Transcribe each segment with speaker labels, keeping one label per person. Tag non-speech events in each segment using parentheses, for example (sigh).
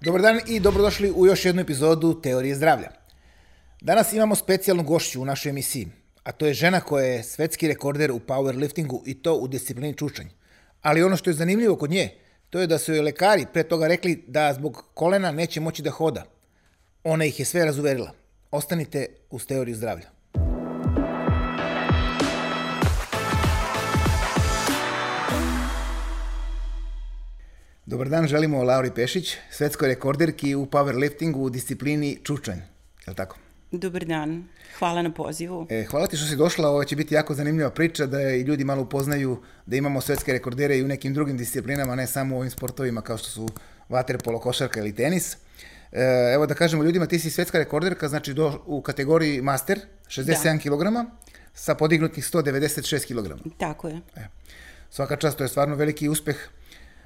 Speaker 1: Dobar dan i dobrodošli u još jednu epizodu Teorije zdravlja. Danas imamo specijalnu gošću u našoj emisiji, a to je žena koja je svetski rekorder u powerliftingu i to u disciplini čučanj. Ali ono što je zanimljivo kod nje, to je da su joj lekari pre toga rekli da zbog kolena neće moći da hoda. Ona ih je sve razuverila. Ostanite uz teoriju zdravlja. Dobar dan, želimo Lauri Pešić, svetskoj rekorderki u powerliftingu u disciplini čučanj. Je li tako?
Speaker 2: Dobar dan, hvala na pozivu.
Speaker 1: E, hvala ti što si došla, ovo će biti jako zanimljiva priča da i ljudi malo upoznaju da imamo svetske rekordere i u nekim drugim disciplinama, ne samo u ovim sportovima kao što su vaterpolo, košarka ili tenis. E, evo da kažemo ljudima, ti si svetska rekorderka, znači do, u kategoriji master, 67 kg, sa podignutih 196 kg.
Speaker 2: Tako je.
Speaker 1: E, svaka čast, to je stvarno veliki uspeh.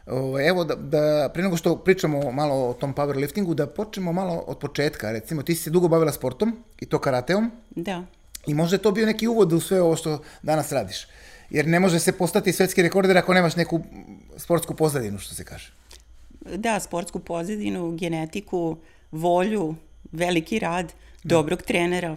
Speaker 1: Ovaj, Evo, da, da, pre nego što pričamo malo o tom powerliftingu, da počnemo malo od početka. Recimo, ti si se dugo bavila sportom i to karateom
Speaker 2: Da.
Speaker 1: i možda je to bio neki uvod u sve ovo što danas radiš. Jer ne može se postati svetski rekorder ako nemaš neku mm, sportsku pozadinu, što se kaže.
Speaker 2: Da, sportsku pozadinu, genetiku, volju, veliki rad, dobrog trenera,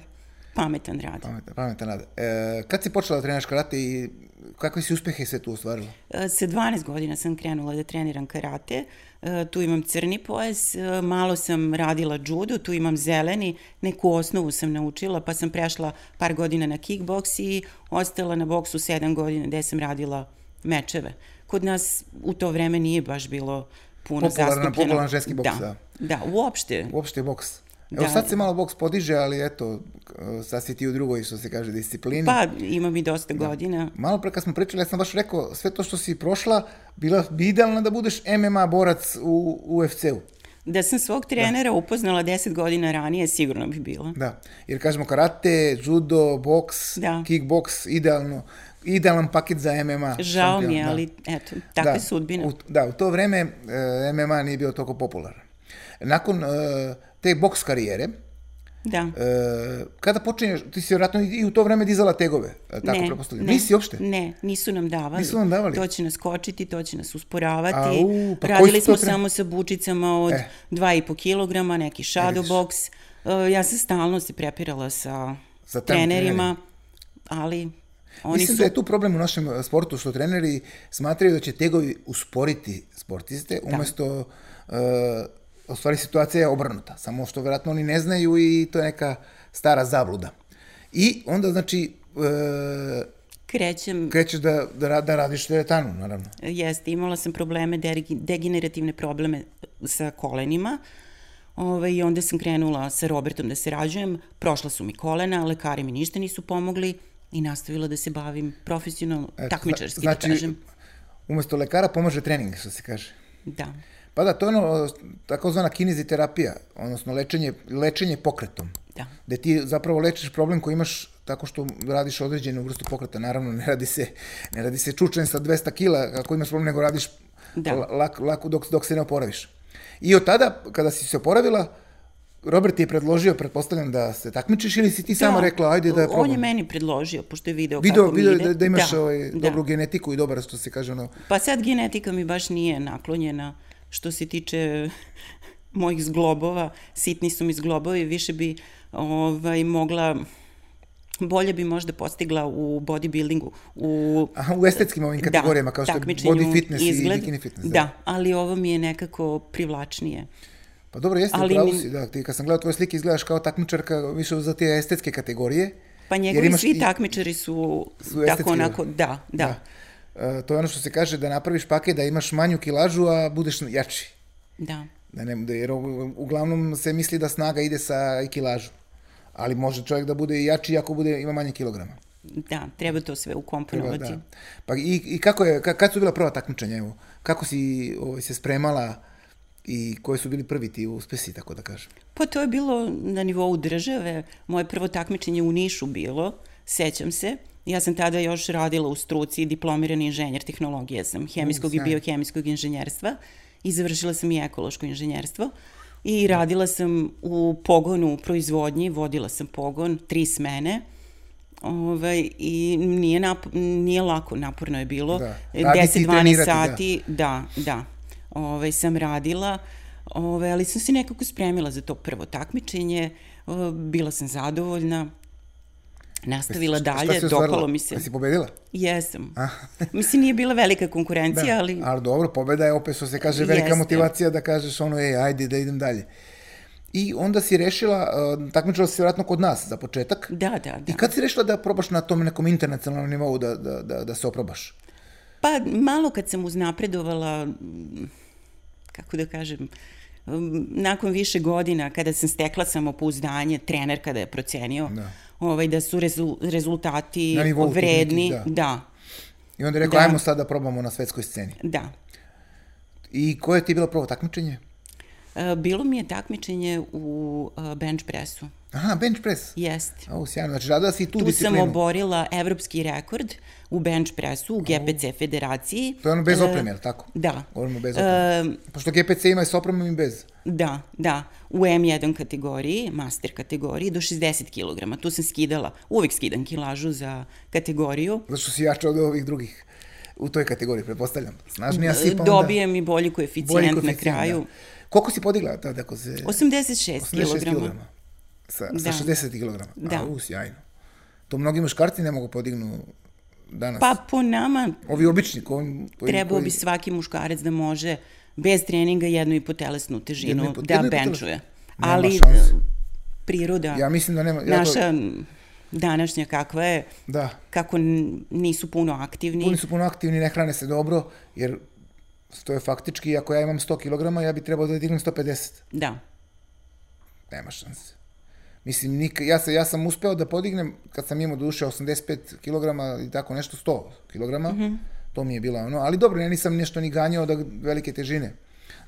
Speaker 2: pametan rad.
Speaker 1: Pametan, pametan rad. E, kad si počela da treniraš karate i kakve si uspehe sve tu ostvarila?
Speaker 2: E, Sa 12 godina sam krenula da treniram karate, E, tu imam crni pojas, e, malo sam radila judo, tu imam zeleni, neku osnovu sam naučila, pa sam prešla par godina na kickboks i ostala na boksu 7 godina gde sam radila mečeve. Kod nas u to vreme nije baš bilo puno
Speaker 1: Popularan-
Speaker 2: zastupljeno.
Speaker 1: popularan ženski boks, da.
Speaker 2: da. Da, uopšte.
Speaker 1: Uopšte boks. Evo
Speaker 2: Da.
Speaker 1: sad se malo boks podiže, ali eto, k- sad si ti u drugoj, što se kaže, disciplini.
Speaker 2: Pa imam i dosta
Speaker 1: Da.
Speaker 2: godina.
Speaker 1: Malo pre kad smo pričali, ja sam baš rekao, sve to što si prošla, bila bi idealna da budeš MMA borac u UFC-u.
Speaker 2: Da sam svog trenera upoznala 10 godina ranije, sigurno bi bila.
Speaker 1: Da. Jer kažemo karate, judo, boks,
Speaker 2: Da.
Speaker 1: kickboks, idealno. Idealan paket za MMA.
Speaker 2: Žao mi je,
Speaker 1: šampion, da.
Speaker 2: ali eto, takva je sudbina.
Speaker 1: U, da, u to vreme e, MMA nije bio toliko popularan. Nakon e, te boks karijere,
Speaker 2: Da.
Speaker 1: e, kada počinješ, ti si vjerojatno i i u to vreme dizala tegove, e, tako prepostavljam. Nisi uopšte?
Speaker 2: Ne, nisu nam davali.
Speaker 1: Nisu vam davali?
Speaker 2: To će nas kočiti, to će nas usporavati.
Speaker 1: Au, pa koji
Speaker 2: Radili
Speaker 1: su to
Speaker 2: smo
Speaker 1: tre-
Speaker 2: samo sa bučicama od
Speaker 1: E.
Speaker 2: 2,5 kilograma, neki shadow
Speaker 1: vidiš.
Speaker 2: box. E, ja sam stalno se prepirala sa,
Speaker 1: Sa tam trenerima.
Speaker 2: trenerima, ali oni
Speaker 1: Mislim
Speaker 2: su...
Speaker 1: da je tu problem u našem e, sportu što treneri smatraju da će tegovi usporiti sportiste,
Speaker 2: Da.
Speaker 1: umesto e, u stvari situacija je obrnuta, samo što vjerojatno oni ne znaju i to je neka stara zabluda. I onda znači e,
Speaker 2: Krećem
Speaker 1: krećeš da, da, ra- da radiš teretanu, naravno.
Speaker 2: Jeste, imala sam probleme, derigi- degenerativne probleme sa kolenima. Ove, I onda sam krenula sa Robertom da se rađujem, prošla su mi kolena, lekari mi ništa nisu pomogli i nastavila da se bavim profesionalno, takmičarski
Speaker 1: znači,
Speaker 2: da kažem.
Speaker 1: Umesto lekara pomaže trening, što se kaže.
Speaker 2: Da.
Speaker 1: Pa da, to je ono takozvana kineziterapija, odnosno lečenje, lečenje pokretom.
Speaker 2: Da.
Speaker 1: Gde ti zapravo lečiš problem koji imaš tako što radiš određenu vrstu pokreta. Naravno, ne radi se, ne radi se čučanj sa 200 kila ako imaš problem, nego radiš
Speaker 2: Da.
Speaker 1: la- lako, lako dok, dok se ne oporaviš. I od tada, kada si se oporavila, Robert ti je predložio, pretpostavljam da se takmičiš ili si ti sama
Speaker 2: Da,
Speaker 1: rekla, ajde da
Speaker 2: On je
Speaker 1: probam.
Speaker 2: meni predložio, pošto je video,
Speaker 1: Video,
Speaker 2: kako mi
Speaker 1: video je
Speaker 2: ide.
Speaker 1: da, da imaš
Speaker 2: da,
Speaker 1: ovaj,
Speaker 2: da.
Speaker 1: dobru genetiku i dobar, što se kaže, ono,
Speaker 2: Pa sad genetika mi baš nije naklonjena što se tiče mojih zglobova, sitni su mi zglobovi, više bi ovaj, mogla, bolje bi možda postigla u bodybuildingu, u
Speaker 1: aha, u estetskim ovim kategorijama, kao što je
Speaker 2: Da. takmičenju,
Speaker 1: body fitness i bikini fitness.
Speaker 2: Da. ali ovo mi je nekako privlačnije.
Speaker 1: Pa dobro, jeste,
Speaker 2: Ali
Speaker 1: ali...
Speaker 2: mi-
Speaker 1: si, da, ti kad sam gledao tvoje slike izgledaš kao takmičarka više za te estetske kategorije.
Speaker 2: Pa
Speaker 1: jer
Speaker 2: njegovi
Speaker 1: imaš
Speaker 2: svi
Speaker 1: i-
Speaker 2: takmičari su,
Speaker 1: Su estetski,
Speaker 2: tako onako, da, da.
Speaker 1: Da. E, to je ono što se kaže da napraviš paket, da imaš manju kilažu, a budeš jači.
Speaker 2: da.
Speaker 1: Da ne, da, jer u- uglavnom se misli da snaga ide sa i kilažom. Ali može čovjek da bude i jači ako bude, ima manje kilograma.
Speaker 2: Da, treba to sve
Speaker 1: Treba,
Speaker 2: ukomponovati.
Speaker 1: da. Pa i, i kako je, ka, kad su bila prva takmičenja, evo? Kako si ovaj, se spremala i koji su bili prvi ti uspesi, tako da kažem?
Speaker 2: Pa to je bilo na nivou države. Moje prvo takmičenje u Nišu bilo, sećam se. Ja sam tada još radila u struci, diplomirani inženjer tehnologije sam, hemijskog i
Speaker 1: sjajno.
Speaker 2: biohemijskog inženjerstva i završila sam i ekološko inženjerstvo. I radila sam u pogonu u proizvodnji, vodila sam pogon, tri smene. Ovaj, i nije, nap, nije lako, naporno je bilo.
Speaker 1: Da.
Speaker 2: Da.
Speaker 1: Raditi i
Speaker 2: 10-12
Speaker 1: trenirati, da.
Speaker 2: sati, da, da. Ovaj, sam radila Ove, ali sam se nekako spremila za to prvo takmičenje, o, bila sam zadovoljna, nastavila
Speaker 1: Šta si
Speaker 2: dalje,
Speaker 1: ostvarila?
Speaker 2: dopalo mi se.
Speaker 1: Jesi pobedila?
Speaker 2: Jesam. Mislim, nije bila velika konkurencija, ali
Speaker 1: Da, Ali dobro, pobeda je opet, što se kaže, velika
Speaker 2: Jeste.
Speaker 1: motivacija da kažeš ono, ej, ajde da idem dalje. I onda si rešila, uh, takmičila si se vjerojatno kod nas za početak.
Speaker 2: da, da, da.
Speaker 1: I kad si rešila da probaš na tom nekom internacionalnom nivou da, da, da, da se oprobaš?
Speaker 2: Pa malo kad sam uznapredovala, mm, kako da kažem, mm, nakon više godina kada sam stekla samopouzdanje, trener kada je procenio da. Ovaj, da su rezu, rezultati
Speaker 1: Na nivou tih nekih,
Speaker 2: vredni.
Speaker 1: da.
Speaker 2: da.
Speaker 1: I onda je rekao,
Speaker 2: Da.
Speaker 1: ajmo sad da probamo na svetskoj sceni.
Speaker 2: da.
Speaker 1: I koje je ti bilo prvo takmičenje?
Speaker 2: E, Bilo mi je takmičenje u e, bench pressu.
Speaker 1: Aha, bench press.
Speaker 2: Jeste.
Speaker 1: O, sjajno, znači radila si i tu,
Speaker 2: Tu sam
Speaker 1: disciplinu.
Speaker 2: oborila evropski rekord u bench pressu u GPC federaciji.
Speaker 1: To je ono bez
Speaker 2: E,
Speaker 1: opreme, je li tako?
Speaker 2: Da.
Speaker 1: Govorimo bez opreme. Pošto GPC ima i s opremom i bez.
Speaker 2: Da, da, u M1 kategoriji, master kategoriji, do 60 kg. Tu sam skidala, uvek skidam kilažu za kategoriju.
Speaker 1: Zato što si jača od ovih drugih u toj kategoriji, pretpostavljam. Snažnija si, pa onda
Speaker 2: E, Dobijem i bolji koeficijent,
Speaker 1: bolji
Speaker 2: na
Speaker 1: koeficijent,
Speaker 2: kraju.
Speaker 1: Da. Koliko si podigla tada ako se...
Speaker 2: 86,
Speaker 1: 86
Speaker 2: kg.
Speaker 1: kilograma. Sa, sa
Speaker 2: Da.
Speaker 1: 60 kg.
Speaker 2: Da.
Speaker 1: A, u, sjajno. To mnogi muškarci ne mogu podignu danas.
Speaker 2: Pa po nama
Speaker 1: Ovi obični koji... koji
Speaker 2: trebao
Speaker 1: koji-
Speaker 2: bi svaki muškarac da može bez treninga jednu i po telesnu
Speaker 1: Jednu i
Speaker 2: težinu
Speaker 1: po-
Speaker 2: da
Speaker 1: jednu i po telesnu.
Speaker 2: benčuje.
Speaker 1: Nema
Speaker 2: Ali
Speaker 1: šanse.
Speaker 2: priroda,
Speaker 1: Ja mislim da nema... Ja to-
Speaker 2: naša današnja kakva je,
Speaker 1: Da.
Speaker 2: kako n- nisu puno aktivni.
Speaker 1: Oni su puno aktivni, ne hrane se dobro, jer to je faktički, ako ja imam 100 kg, ja bi trebao da dignem 150.
Speaker 2: Da.
Speaker 1: Nema šanse. Mislim, nik, ja, se, ja sam uspeo da podignem, kad sam imao duše 85 kg i tako nešto, 100 kg,
Speaker 2: Mhm.
Speaker 1: to mi je bila ono, ali dobro, ja nisam nešto ni ganjao da velike težine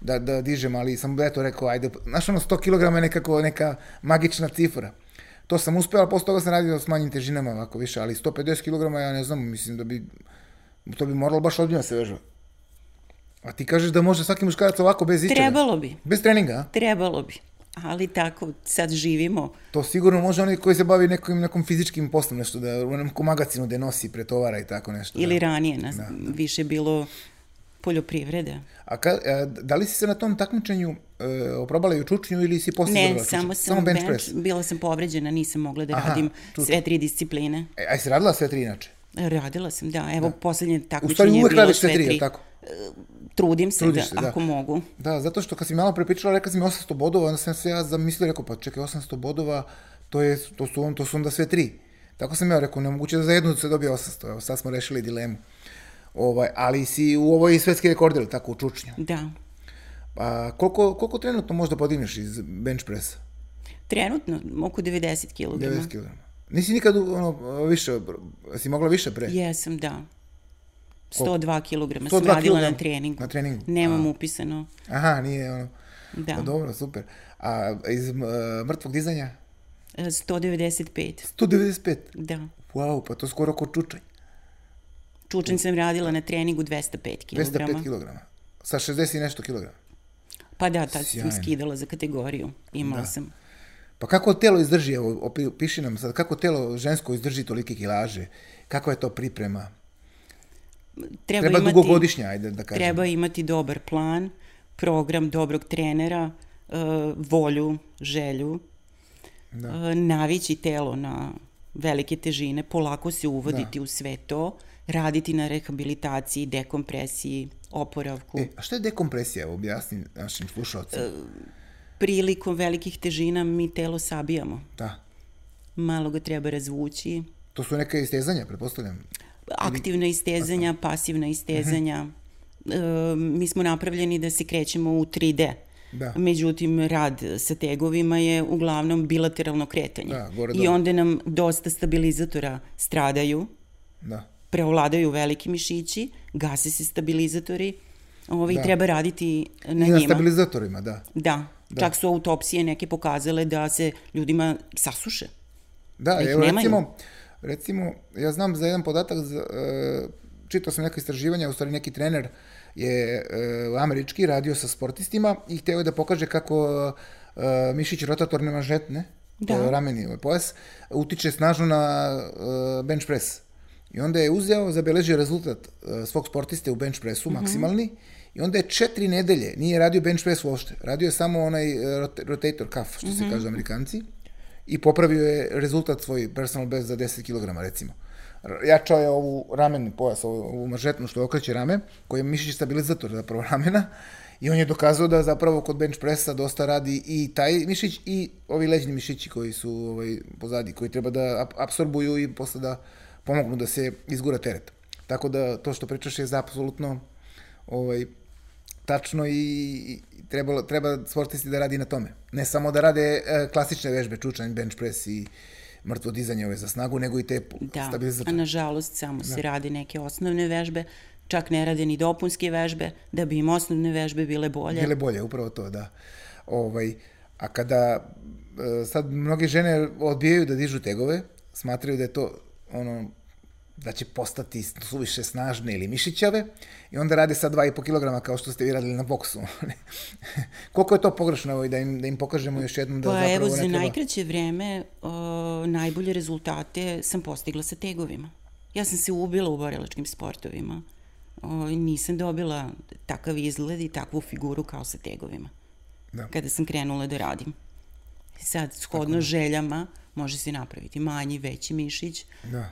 Speaker 1: da, da dižem, ali sam eto rekao, ajde, znaš ono, 100 kg je nekako neka magična cifra. To sam uspeo, ali posle toga sam radio s manjim težinama, ovako više, ali 150 kg ja ne znam, mislim da bi, to bi moralo baš ozbiljno da se veža. A ti kažeš da može svaki muškarac ovako bez ičega?
Speaker 2: Trebalo bi.
Speaker 1: Bez treninga, a?
Speaker 2: Trebalo bi, ali tako sad živimo.
Speaker 1: To sigurno može onaj koji se bavi nekim, nekom fizičkim poslom, nešto da u nekom magacinu gde nosi, pretovara i tako nešto.
Speaker 2: Ili
Speaker 1: Da.
Speaker 2: ranije nas više bilo poljoprivrede.
Speaker 1: A ka, a, da li si se na tom takmičenju e, oprobala i u čučnju ili si poslije
Speaker 2: Ne,
Speaker 1: dobila čučnju?
Speaker 2: samo sam
Speaker 1: samo bench, press.
Speaker 2: bila sam povređena, nisam mogla da
Speaker 1: Aha,
Speaker 2: radim
Speaker 1: tu-
Speaker 2: sve tri discipline.
Speaker 1: E, a jesi radila sve tri inače?
Speaker 2: Radila sam, da, evo poslednje
Speaker 1: U stvari
Speaker 2: takmičenje je
Speaker 1: uvek
Speaker 2: bilo
Speaker 1: radiš sve
Speaker 2: sve
Speaker 1: tri, je
Speaker 2: tri. E,
Speaker 1: li tako?
Speaker 2: Trudim se, da,
Speaker 1: Trudiš se, da.
Speaker 2: ako mogu.
Speaker 1: Da, zato što kad si malo prepričala, rekla si mi 800 bodova, onda sam se ja zamislio, rekao, pa čekaj, 800 bodova, to, je, to, su, on, to su onda sve tri. Tako sam ja rekao, nemoguće da za jednu se dobije 800, evo sad smo rešili dilemu. Ovaj, ali si u ovoj svetski rekorder, je li tako, u čučnju.
Speaker 2: Da.
Speaker 1: Pa koliko, koliko trenutno možda podigneš iz bench pressa?
Speaker 2: Trenutno, oko 90 kg.
Speaker 1: 90 kg. Nisi nikad ono, više, si mogla više pre?
Speaker 2: Jesam, da. 102 kg
Speaker 1: 102
Speaker 2: sam radila na
Speaker 1: kg?
Speaker 2: treningu.
Speaker 1: Na treningu.
Speaker 2: Nemam upisano.
Speaker 1: Aha, nije ono.
Speaker 2: Da.
Speaker 1: Pa dobro, super. A iz m, e, mrtvog dizanja?
Speaker 2: E, 195.
Speaker 1: 195.
Speaker 2: Da.
Speaker 1: Wow, pa to skoro ko čučanj.
Speaker 2: Čučanj sam radila na treningu 205 kg.
Speaker 1: 205 kg. Sa 60 i nešto kilograma.
Speaker 2: Pa da, tad
Speaker 1: Sjajno.
Speaker 2: sam skidala za kategoriju. Imala
Speaker 1: Da.
Speaker 2: sam.
Speaker 1: Pa kako telo izdrži, evo, opi- piši nam sad, kako telo žensko izdrži tolike kilaže? Kakva je to priprema?
Speaker 2: Treba,
Speaker 1: Treba
Speaker 2: imati,
Speaker 1: dugogodišnja, ajde da kažem.
Speaker 2: Treba imati dobar plan, program dobrog trenera, e, volju, želju,
Speaker 1: Da.
Speaker 2: e, navići telo na velike težine, polako se
Speaker 1: Da.
Speaker 2: uvoditi u sve to, raditi na rehabilitaciji, dekompresiji, oporavku.
Speaker 1: E, a šta je dekompresija? Evo, Objasni našim slušalcima.
Speaker 2: Prilikom velikih težina mi telo sabijamo.
Speaker 1: Da.
Speaker 2: Malo ga treba razvući.
Speaker 1: To su neke istezanja, pretpostavljam.
Speaker 2: aktivna istezanja, pasivna istezanja.
Speaker 1: Mhm.
Speaker 2: E, mi smo napravljeni da se krećemo u 3D.
Speaker 1: Da.
Speaker 2: Međutim, rad sa tegovima je uglavnom bilateralno kretanje.
Speaker 1: Da, gore
Speaker 2: I
Speaker 1: dole.
Speaker 2: onda nam dosta stabilizatora stradaju,
Speaker 1: Da.
Speaker 2: preovladaju veliki mišići, gase se stabilizatori ovaj,
Speaker 1: Da.
Speaker 2: da. treba raditi na
Speaker 1: I na
Speaker 2: njima.
Speaker 1: stabilizatorima, da.
Speaker 2: Da. da, čak su autopsije neke pokazale da se ljudima sasuše.
Speaker 1: Da,
Speaker 2: ih
Speaker 1: evo,
Speaker 2: nemaju.
Speaker 1: recimo, recimo, ja znam za jedan podatak, za, e, čitao sam neka istraživanja, u stvari neki trener je e, američki radio sa sportistima i hteo je da pokaže kako e, mišić rotatorne manžetne,
Speaker 2: Da.
Speaker 1: to je rameni ovaj pojas, utiče snažno na e, bench eh, press. I onda je uzeo, zabeležio rezultat e, svog sportiste u bench pressu, maksimalni, I onda je četiri nedelje, nije radio bench press uopšte, radio je samo onaj e, rot- rotator cuff, što mm -hmm. se kažu amerikanci, i popravio je rezultat svoj personal best za 10 kg, recimo. R- Jačao je ovu ramen pojas, ovu, ovu mažetnu što okreće rame, koji je mišić stabilizator zapravo (laughs) ramena, i on je dokazao da zapravo kod bench pressa dosta radi i taj mišić i ovi leđni mišići koji su ovaj, pozadi, koji treba da ap- apsorbuju i posle da pomognu da se izgura teret. Tako da to što pričaš je apsolutno ovaj, tačno i, i trebalo, treba sportisti da radi na tome. Ne samo da rade e, klasične vežbe, čučanj, bench press i mrtvo dizanje ove za snagu, nego i te da,
Speaker 2: Da, a nažalost samo se radi neke osnovne vežbe, čak ne rade ni dopunske vežbe, da bi im osnovne vežbe bile bolje.
Speaker 1: Bile bolje, upravo to, da. Ovaj, a kada e, sad mnoge žene odbijaju da dižu tegove, smatraju da je to ono da će postati suviše snažne ili mišićave i onda rade sa 2,5 kg kao što ste vi radili na boksu. (laughs) Koliko je to pogrešno evo, i da im, da im pokažemo još jednom da
Speaker 2: pa
Speaker 1: zapravo
Speaker 2: evo, za
Speaker 1: ne treba...
Speaker 2: najkraće vreme o, najbolje rezultate sam postigla sa tegovima. Ja sam se ubila u borilačkim sportovima. O, nisam dobila takav izgled i takvu figuru kao sa tegovima.
Speaker 1: Da.
Speaker 2: Kada sam krenula da radim. Sad, shodno željama, može se napraviti manji, veći mišić,
Speaker 1: Da.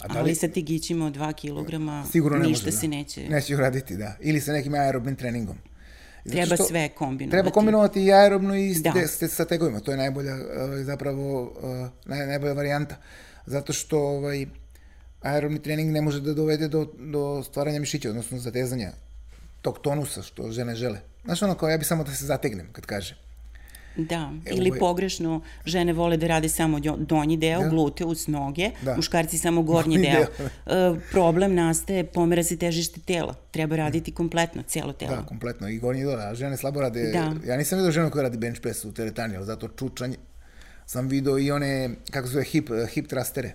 Speaker 1: A
Speaker 2: Pa
Speaker 1: da
Speaker 2: ali sa tegićima od 2 kg
Speaker 1: Sigurno ne
Speaker 2: ništa
Speaker 1: može, da.
Speaker 2: se neće...
Speaker 1: Neće uraditi, da. Ili sa nekim aerobnim treningom. Zato
Speaker 2: Treba
Speaker 1: što-
Speaker 2: sve kombinovati.
Speaker 1: Treba kombinovati i aerobno i
Speaker 2: Da.
Speaker 1: ste, ste, sa tegovima. To je najbolja ovaj, zapravo eh, naj, najbolja varijanta. Zato što ovaj, aerobni trening ne može da dovede do, do stvaranja mišića, odnosno zatezanja tog tonusa što žene žele. Znaš ono kao ja bi samo da se zategnem kad kaže.
Speaker 2: Da,
Speaker 1: E,
Speaker 2: ili
Speaker 1: ovo je-
Speaker 2: pogrešno žene vole da rade samo djo- donji deo, da. gluteus, noge,
Speaker 1: Da.
Speaker 2: da. muškarci samo gornji
Speaker 1: Gornji
Speaker 2: deo. (laughs) E, problem nastaje, pomera se težište tela. Treba raditi kompletno, celo telo.
Speaker 1: Da, kompletno. I gornji dole, a žene slabo rade. Da.
Speaker 2: Da.
Speaker 1: Ja nisam vidio ženu koja radi bench press u teretani, ali zato čučanj sam video i one, kako se zove, hip, hip trastere.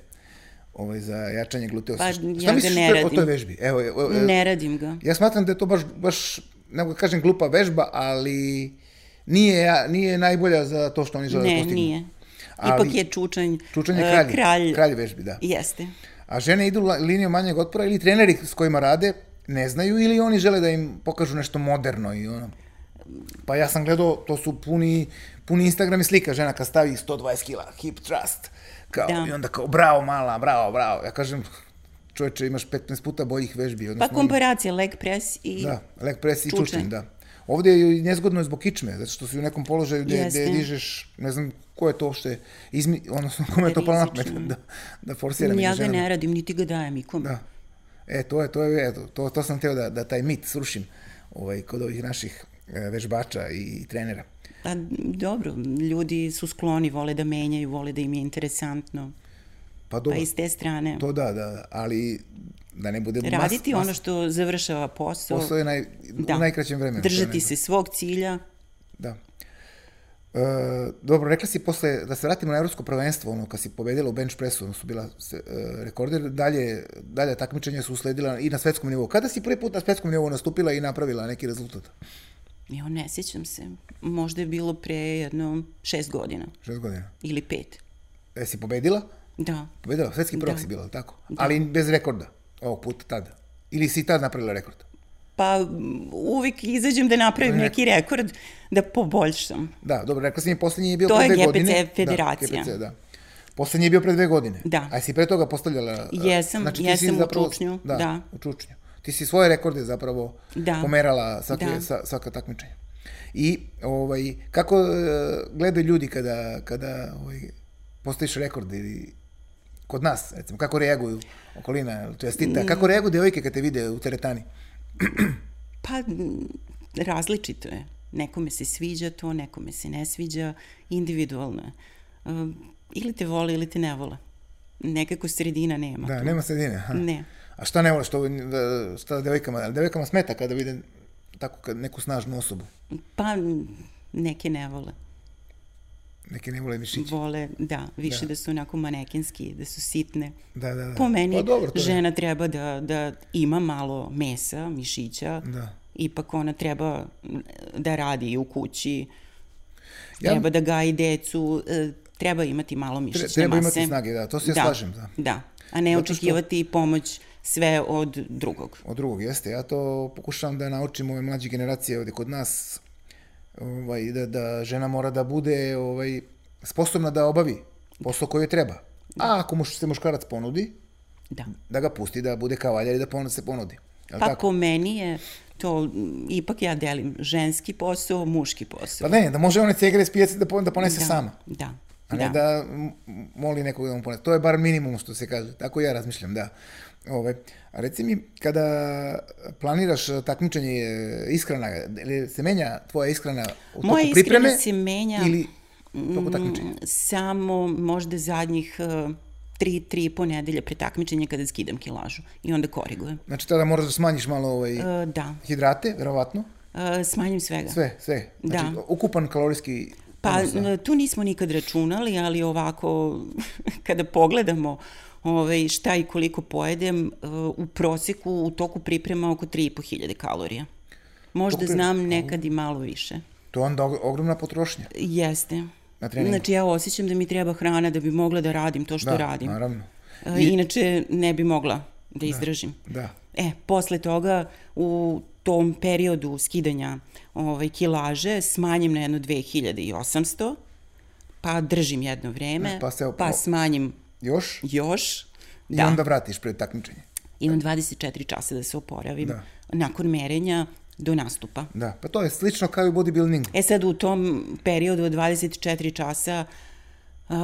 Speaker 1: Ovaj, za jačanje gluteosa.
Speaker 2: Pa,
Speaker 1: Šta
Speaker 2: ja
Speaker 1: misliš
Speaker 2: ga ne
Speaker 1: o- o
Speaker 2: radim.
Speaker 1: toj vežbi? Evo, e, evo, evo,
Speaker 2: Ne radim ga.
Speaker 1: Da. Ja smatram da je to baš, baš ne mogu da kažem glupa vežba, ali nije, ja- nije najbolja za to što oni žele da
Speaker 2: Ne,
Speaker 1: postignu.
Speaker 2: nije.
Speaker 1: Ali-
Speaker 2: Ipak je čučanj,
Speaker 1: Čučanj
Speaker 2: e,
Speaker 1: je kralj, kralj,
Speaker 2: kralj,
Speaker 1: kralj vežbi, da.
Speaker 2: Jeste. Pa
Speaker 1: A žene idu la- linijom manjeg otpora ili treneri s kojima rade ne znaju ili oni žele da im pokažu nešto moderno i ono. Pa ja sam gledao, to su puni, puni Instagram i slika žena kad stavi 120 kila, hip trust, kao,
Speaker 2: Da.
Speaker 1: i onda kao, bravo mala, bravo, bravo. Ja kažem, čoveče, imaš 15 puta boljih vežbi.
Speaker 2: Pa
Speaker 1: odnosno-
Speaker 2: komparacija leg press i
Speaker 1: Da, leg press i
Speaker 2: Čučanj.
Speaker 1: čučanj, da. Ovde je ju nezgodno zbog kičme, zato što si u nekom položaju gde, gde
Speaker 2: Jeste.
Speaker 1: dižeš, ne znam ko je to uopšte, izmi, odnosno kome je to palo na pamet
Speaker 2: Rizično.
Speaker 1: (laughs) da, da forsira među
Speaker 2: ja ga
Speaker 1: ženama.
Speaker 2: ne radim, niti ga dajem ikome.
Speaker 1: Da. E, to je, to je, eto, to, to sam teo da, da taj mit srušim ovaj, kod ovih naših e, vežbača i, i trenera.
Speaker 2: Pa dobro, ljudi su skloni, vole da menjaju, vole da im je interesantno.
Speaker 1: Pa
Speaker 2: Pa
Speaker 1: dobro,
Speaker 2: iz te strane.
Speaker 1: to da, da, ali da ne bude mas-
Speaker 2: Raditi
Speaker 1: mas-
Speaker 2: ono što završava posao.
Speaker 1: Posao je naj, u najkraćem vremenu. to je
Speaker 2: Držati
Speaker 1: najbolje.
Speaker 2: se svog cilja.
Speaker 1: Da. E, dobro, rekla si posle, da se vratimo na evropsko prvenstvo, ono, kad si pobedila u bench pressu, ono su bila se, e, rekorder, dalje, dalje takmičenja su usledila i na svetskom nivou. Kada si prvi put na svetskom nivou nastupila i napravila neki rezultat?
Speaker 2: Ja ne sjećam se. Možda je bilo pre jedno šest godina
Speaker 1: Šest godina.
Speaker 2: ili pet.
Speaker 1: E, si pobedila?
Speaker 2: Da.
Speaker 1: Pobedila, svetski prvak
Speaker 2: Da.
Speaker 1: si bila, jel tako? Ali bez rekorda, ovog puta tada. Ili si tad napravila rekord?
Speaker 2: Pa m, uvijek izađem da napravim neki rekord da poboljšam.
Speaker 1: Da, dobro, rekla si mi, poslednji je bio
Speaker 2: To
Speaker 1: pre
Speaker 2: je
Speaker 1: dve
Speaker 2: GPC
Speaker 1: godine.
Speaker 2: federacija.
Speaker 1: Da, GPC, da. Poslednji je bio pre dve godine.
Speaker 2: Da.
Speaker 1: A si pre toga postavljala... e,
Speaker 2: Jesam,
Speaker 1: ti si
Speaker 2: jesam u Čučnju,
Speaker 1: Da,
Speaker 2: da.
Speaker 1: u Čučnju. Ti si svoje rekorde zapravo
Speaker 2: Da.
Speaker 1: pomerala svake,
Speaker 2: Da.
Speaker 1: sa, svaka takmičenja. I ovaj, kako e, gledaju ljudi kada, kada ovaj, postaviš rekord ili kod nas, recimo, kako reaguju okolina, to je
Speaker 2: Mm.
Speaker 1: stita, kako reaguju devojke kad te vide u teretani?
Speaker 2: Pa m, različito je. Nekome se sviđa to, nekome se ne sviđa, individualno je. Um, Ili te vole ili te ne vole. Nekako sredina nema.
Speaker 1: Da, nema sredine. Aha.
Speaker 2: Ne.
Speaker 1: A šta ne voliš, što, da, šta devojkama, devojkama smeta kada vide tako kad neku snažnu osobu,
Speaker 2: Pa m, neke ne vole.
Speaker 1: neke ne vole mišiće.
Speaker 2: vole, da, više da, da su onako manekinski, da su sitne.
Speaker 1: Da, da, da.
Speaker 2: Po meni
Speaker 1: pa
Speaker 2: pa
Speaker 1: dobro, to je.
Speaker 2: žena treba da, da ima malo mesa, mišića,
Speaker 1: Da.
Speaker 2: ipak ona treba m, da radi i u kući,
Speaker 1: Ja-
Speaker 2: treba da gaji decu, e, treba imati malo mišićne
Speaker 1: treba
Speaker 2: mase.
Speaker 1: imati snage, da, to se ja slažem, da.
Speaker 2: Da, a ne
Speaker 1: Zato što-
Speaker 2: očekivati pomoć sve od drugog.
Speaker 1: Od drugog, jeste. Ja to pokušavam da naučim ove mlađe generacije ovde kod nas, ovaj, da, da žena mora da bude ovaj, sposobna da obavi posao koji joj treba. A ako mu se muškarac ponudi,
Speaker 2: Da.
Speaker 1: da ga pusti da bude kavaljer i da ponudi se ponudi. Jel
Speaker 2: Pa
Speaker 1: tako?
Speaker 2: po meni je to, m, ipak ja delim ženski posao, muški
Speaker 1: Pa
Speaker 2: posao.
Speaker 1: ne, da može one cegre iz pijace da, pon- da ponese
Speaker 2: da,
Speaker 1: sama.
Speaker 2: Da.
Speaker 1: A ne da, m- moli nekog da mu ponese. To je bar minimum što se kaže. Tako ja razmišljam, da. Ove, a reci mi, kada planiraš takmičenje e, ishrana, ili se menja tvoja ishrana u toku
Speaker 2: Moja iskreno
Speaker 1: pripreme?
Speaker 2: se menja
Speaker 1: Ili u toku takmičenja?
Speaker 2: Mm, Samo možda zadnjih e, tri, tri i po nedelje pre takmičenja kada skidam kilažu i onda korigujem.
Speaker 1: Znači tada moraš da smanjiš malo ovaj,
Speaker 2: Mm. E, Da,
Speaker 1: hidrate, verovatno.
Speaker 2: E, smanjim svega.
Speaker 1: Sve, sve. Znači,
Speaker 2: Da.
Speaker 1: ukupan kalorijski
Speaker 2: Pa
Speaker 1: odnos, da.
Speaker 2: n- tu nismo nikad računali, ali ovako (laughs) kada pogledamo ovaj, šta i koliko pojedem, e, u proseku u toku priprema oko 3.500 kalorija. Možda
Speaker 1: Dobro.
Speaker 2: znam nekad i malo više.
Speaker 1: To je onda og- ogromna potrošnja.
Speaker 2: Jeste.
Speaker 1: Na treningu.
Speaker 2: Znači ja osjećam da mi treba hrana da bi mogla da radim to što
Speaker 1: da,
Speaker 2: radim.
Speaker 1: naravno.
Speaker 2: E, Inače ne bi mogla da izdržim.
Speaker 1: Da.
Speaker 2: E, posle toga u tom periodu skidanja ovaj, kilaže smanjim na jedno 2800, pa držim jedno vreme,
Speaker 1: Pa se op-
Speaker 2: pa smanjim
Speaker 1: Još?
Speaker 2: još.
Speaker 1: I
Speaker 2: Da,
Speaker 1: onda vratiš pred takmičenje.
Speaker 2: imam 24 časa da se oporavim
Speaker 1: Da.
Speaker 2: nakon merenja do nastupa.
Speaker 1: Da, pa to je slično kao i u bodybuildingu.
Speaker 2: E sad u tom periodu od 24 časa uh,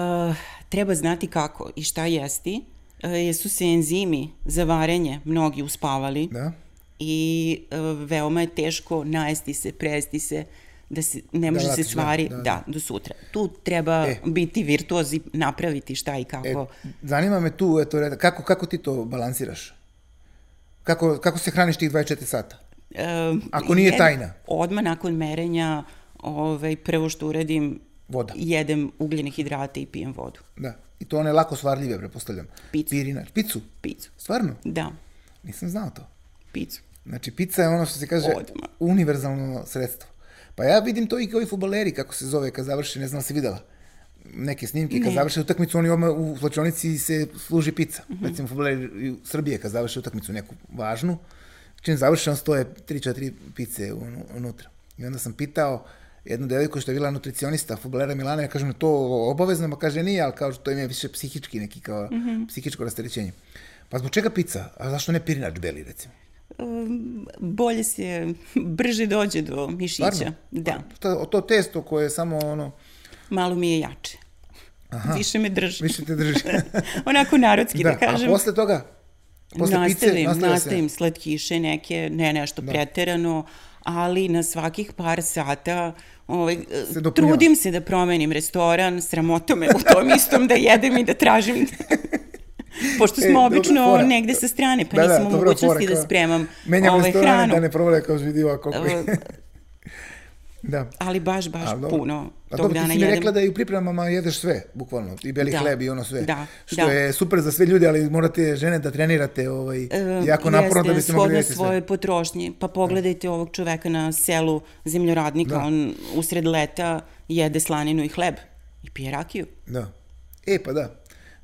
Speaker 2: treba znati kako i šta jesti. Uh, jesu se enzimi za varenje mnogi uspavali
Speaker 1: Da?
Speaker 2: i e, veoma je teško najesti se, prejesti se, da se, ne može se
Speaker 1: vratiš, da,
Speaker 2: stvari,
Speaker 1: da,
Speaker 2: da,
Speaker 1: da.
Speaker 2: da, do sutra. Tu treba
Speaker 1: E.
Speaker 2: e. biti virtuoz i napraviti šta i kako.
Speaker 1: E,
Speaker 2: E.
Speaker 1: zanima me tu, eto, reda- kako, kako ti to balansiraš? Kako, kako se hraniš tih 24 sata? ako nije
Speaker 2: E, jedem-
Speaker 1: tajna.
Speaker 2: Odmah nakon merenja, ovaj, prvo što uradim,
Speaker 1: Voda.
Speaker 2: jedem ugljene hidrate i pijem vodu.
Speaker 1: Da. I to one lako svarljive, prepostavljam.
Speaker 2: Picu.
Speaker 1: Pirina. Picu?
Speaker 2: Picu.
Speaker 1: Stvarno?
Speaker 2: Da,
Speaker 1: Nisam znao to.
Speaker 2: picu.
Speaker 1: Znači, pizza je ono što se kaže
Speaker 2: Odmah.
Speaker 1: univerzalno sredstvo. Pa ja vidim to i kao i futbaleri, kako se zove, kad završi, ne znam si videla neke snimke, kad
Speaker 2: Ne.
Speaker 1: završe utakmicu, oni odmah u slačionici se služi pizza. Mm
Speaker 2: Mhm.
Speaker 1: -hmm. Recimo, futbaleri u Srbije, kad završe utakmicu neku važnu, čim završe, on stoje 3-4 pice un- unutra. I onda sam pitao jednu devojku što je bila nutricionista futbolera Milana, ja kažem, to obavezno, ma kaže, nije, ali kao to im je više psihički neki, kao mm
Speaker 2: Mhm.
Speaker 1: -hmm. psihičko rasterećenje. Pa zbog čega pizza? A zašto ne pirinač beli, recimo?
Speaker 2: Um, bolje se, brže dođe do mišića.
Speaker 1: Stvarno? Pa,
Speaker 2: Da,
Speaker 1: To, to testo koje je samo ono,
Speaker 2: malo mi je jače. Aha. Više me drži.
Speaker 1: više te drži.
Speaker 2: (laughs) Onako narodski da,
Speaker 1: da,
Speaker 2: da kažem.
Speaker 1: a posle toga, posle pice,
Speaker 2: nastavim,
Speaker 1: nastavlja
Speaker 2: nastavim slatkiše neke, ne nešto da. preterano, ali na svakih par sata ovaj,
Speaker 1: Se
Speaker 2: se
Speaker 1: dopunjava.
Speaker 2: trudim se da promenim restoran, sramota me u tom istom da jedem i da
Speaker 1: (laughs)
Speaker 2: tražim Pošto
Speaker 1: E,
Speaker 2: smo e,
Speaker 1: dobra
Speaker 2: obično
Speaker 1: fora.
Speaker 2: negde sa strane, pa
Speaker 1: Da, da,
Speaker 2: nisam u
Speaker 1: dobra
Speaker 2: mogućnosti
Speaker 1: fora,
Speaker 2: da
Speaker 1: kao,
Speaker 2: spremam
Speaker 1: se. Menjam
Speaker 2: ovaj,
Speaker 1: restorane
Speaker 2: hranu.
Speaker 1: da ne provale kao vidio kako je.
Speaker 2: E,
Speaker 1: da.
Speaker 2: Ali baš, baš
Speaker 1: Ali dobro.
Speaker 2: puno
Speaker 1: A
Speaker 2: tog
Speaker 1: dobro, ti
Speaker 2: dana
Speaker 1: si mi
Speaker 2: jedem.
Speaker 1: rekla da i u pripremama jedeš sve, bukvalno, i beli
Speaker 2: Da.
Speaker 1: hleb i ono sve.
Speaker 2: Da,
Speaker 1: Što
Speaker 2: da. E,
Speaker 1: je super za sve ljude, ali morate žene da trenirate ovaj, jako naporno da biste mogli
Speaker 2: Ehm, shodno
Speaker 1: jesti sve.
Speaker 2: svoje potrošnje. Pa pogledajte ovog čoveka na selu zemljoradnika,
Speaker 1: Da.
Speaker 2: da. on usred leta jede slaninu i hleb i pije rakiju.
Speaker 1: Da. E, pa da,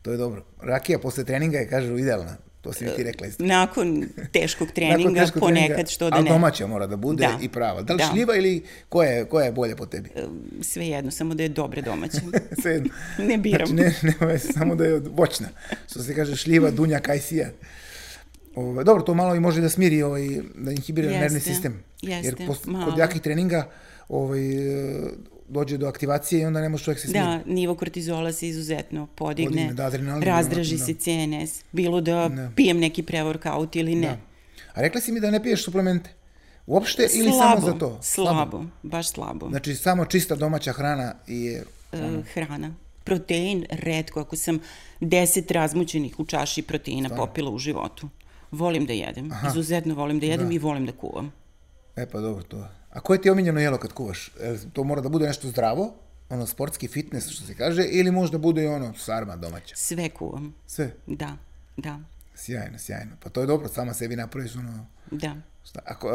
Speaker 1: to je dobro. Rakija posle treninga je, kažu, idealna. To si mi
Speaker 2: E,
Speaker 1: ti rekla isto.
Speaker 2: Nakon teškog treninga,
Speaker 1: Nakon teškog
Speaker 2: ponekad
Speaker 1: treninga,
Speaker 2: što da
Speaker 1: ali
Speaker 2: ne,
Speaker 1: domaća mora da bude da.
Speaker 2: Da.
Speaker 1: i prava. Da li da.
Speaker 2: Da.
Speaker 1: šljiva ili koja je, koja je bolja po
Speaker 2: (laughs)
Speaker 1: tebi?
Speaker 2: sve jedno, Ehm, samo da je dobre
Speaker 1: (laughs)
Speaker 2: domaće.
Speaker 1: Sve jedno.
Speaker 2: Ne biram.
Speaker 1: Znači, ne, nema veze, samo da je od- voćna. Što se kaže šljiva, dunja, kajsija. Ovo, dobro, to malo i može da smiri, ovaj, da inhibira
Speaker 2: Jeste,
Speaker 1: nervni sistem. Jer
Speaker 2: jeste,
Speaker 1: post, kod
Speaker 2: malo.
Speaker 1: jakih treninga ovaj, e, dođe do aktivacije i onda ne može čovjek se smiri.
Speaker 2: Da, nivo kortizola se izuzetno podigne,
Speaker 1: Podigne, da, adrenalin,
Speaker 2: razdraži
Speaker 1: da.
Speaker 2: se CNS, bilo da
Speaker 1: Da.
Speaker 2: ne. pijem neki pre-workout ili ne.
Speaker 1: Da. A rekla si mi da ne piješ suplemente. Uopšte ili
Speaker 2: slabo,
Speaker 1: samo za to?
Speaker 2: slabo, slabo, baš slabo.
Speaker 1: Znači, samo čista domaća hrana je
Speaker 2: e, hrana. Protein, redko, ako sam 10 razmućenih u čaši proteina popila u životu. Volim da jedem, Aha. izuzetno volim da jedem da. i volim da kuvam.
Speaker 1: E pa dobro to. je. A koje ti je omiljeno jelo kad kuvaš? E, to mora da bude nešto zdravo, ono sportski fitness što se kaže, ili možda bude i ono sarma domaća.
Speaker 2: Sve kuvam,
Speaker 1: Sve,
Speaker 2: da, da,
Speaker 1: sjajno, sjajno. Pa to je dobro, sama sebi napraviš ono...
Speaker 2: da.
Speaker 1: Šta, ako, e,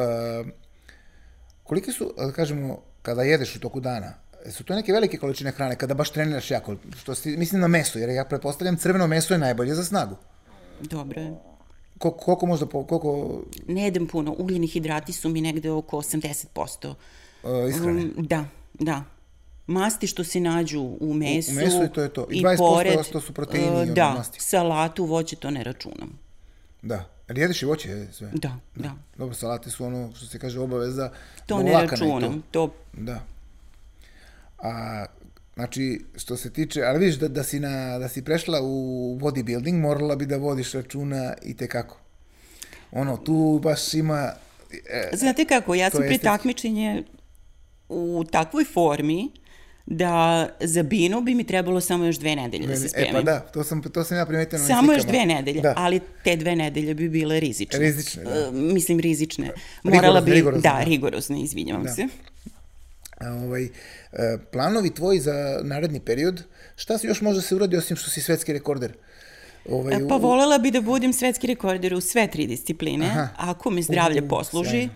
Speaker 1: kolike su, da kažemo, kada jedeš u toku dana, e, su to neke velike količine hrane kada baš treniraš jako? Što si, mislim na meso, jer ja pretpostavljam crveno meso je najbolje za snagu.
Speaker 2: Dobro je.
Speaker 1: Koliko, koliko možda, po, koliko
Speaker 2: Ne jedem puno, ugljeni hidrati su mi negde oko 80%.
Speaker 1: e, ishrane?
Speaker 2: Mm, Da, da. Masti što se nađu u mesu.
Speaker 1: u mesu i to je to. I 20% ostalo su proteini i
Speaker 2: e,
Speaker 1: ono,
Speaker 2: Da,
Speaker 1: masti.
Speaker 2: salatu, voće to ne računam.
Speaker 1: Da. Ali jedeš i voće e, sve?
Speaker 2: Da, da.
Speaker 1: Dobro, salate su ono što se kaže obaveza
Speaker 2: To ne
Speaker 1: Novaka na i to.
Speaker 2: računam. To,
Speaker 1: Da. A, znači, što se tiče, ali vidiš da, da, si, na, da si prešla u bodybuilding, morala bi da vodiš računa i te kako. Ono, tu baš ima... E,
Speaker 2: Znate kako, ja sam
Speaker 1: je
Speaker 2: pre
Speaker 1: estetski.
Speaker 2: takmičenje u takvoj formi da za binu bi mi trebalo samo još dve nedelje da se
Speaker 1: e
Speaker 2: spremim.
Speaker 1: pa da, to sam, to sam ja primetio na ovim
Speaker 2: Samo još
Speaker 1: slikama.
Speaker 2: dve nedelje,
Speaker 1: Da.
Speaker 2: ali te dve nedelje bi bile rizične.
Speaker 1: Rizične, da.
Speaker 2: E, mislim rizične. Morala bi,
Speaker 1: rigorozne,
Speaker 2: da,
Speaker 1: da.
Speaker 2: rigorozne, izvinjavam se.
Speaker 1: A, ovaj, e, planovi tvoji za naredni period, šta se još može se uradi osim što si svetski rekorder? Ovaj,
Speaker 2: E, Pa volela bi da budem svetski rekorder u sve tri discipline, ako mi zdravlje
Speaker 1: U,
Speaker 2: posluži,
Speaker 1: sjajno.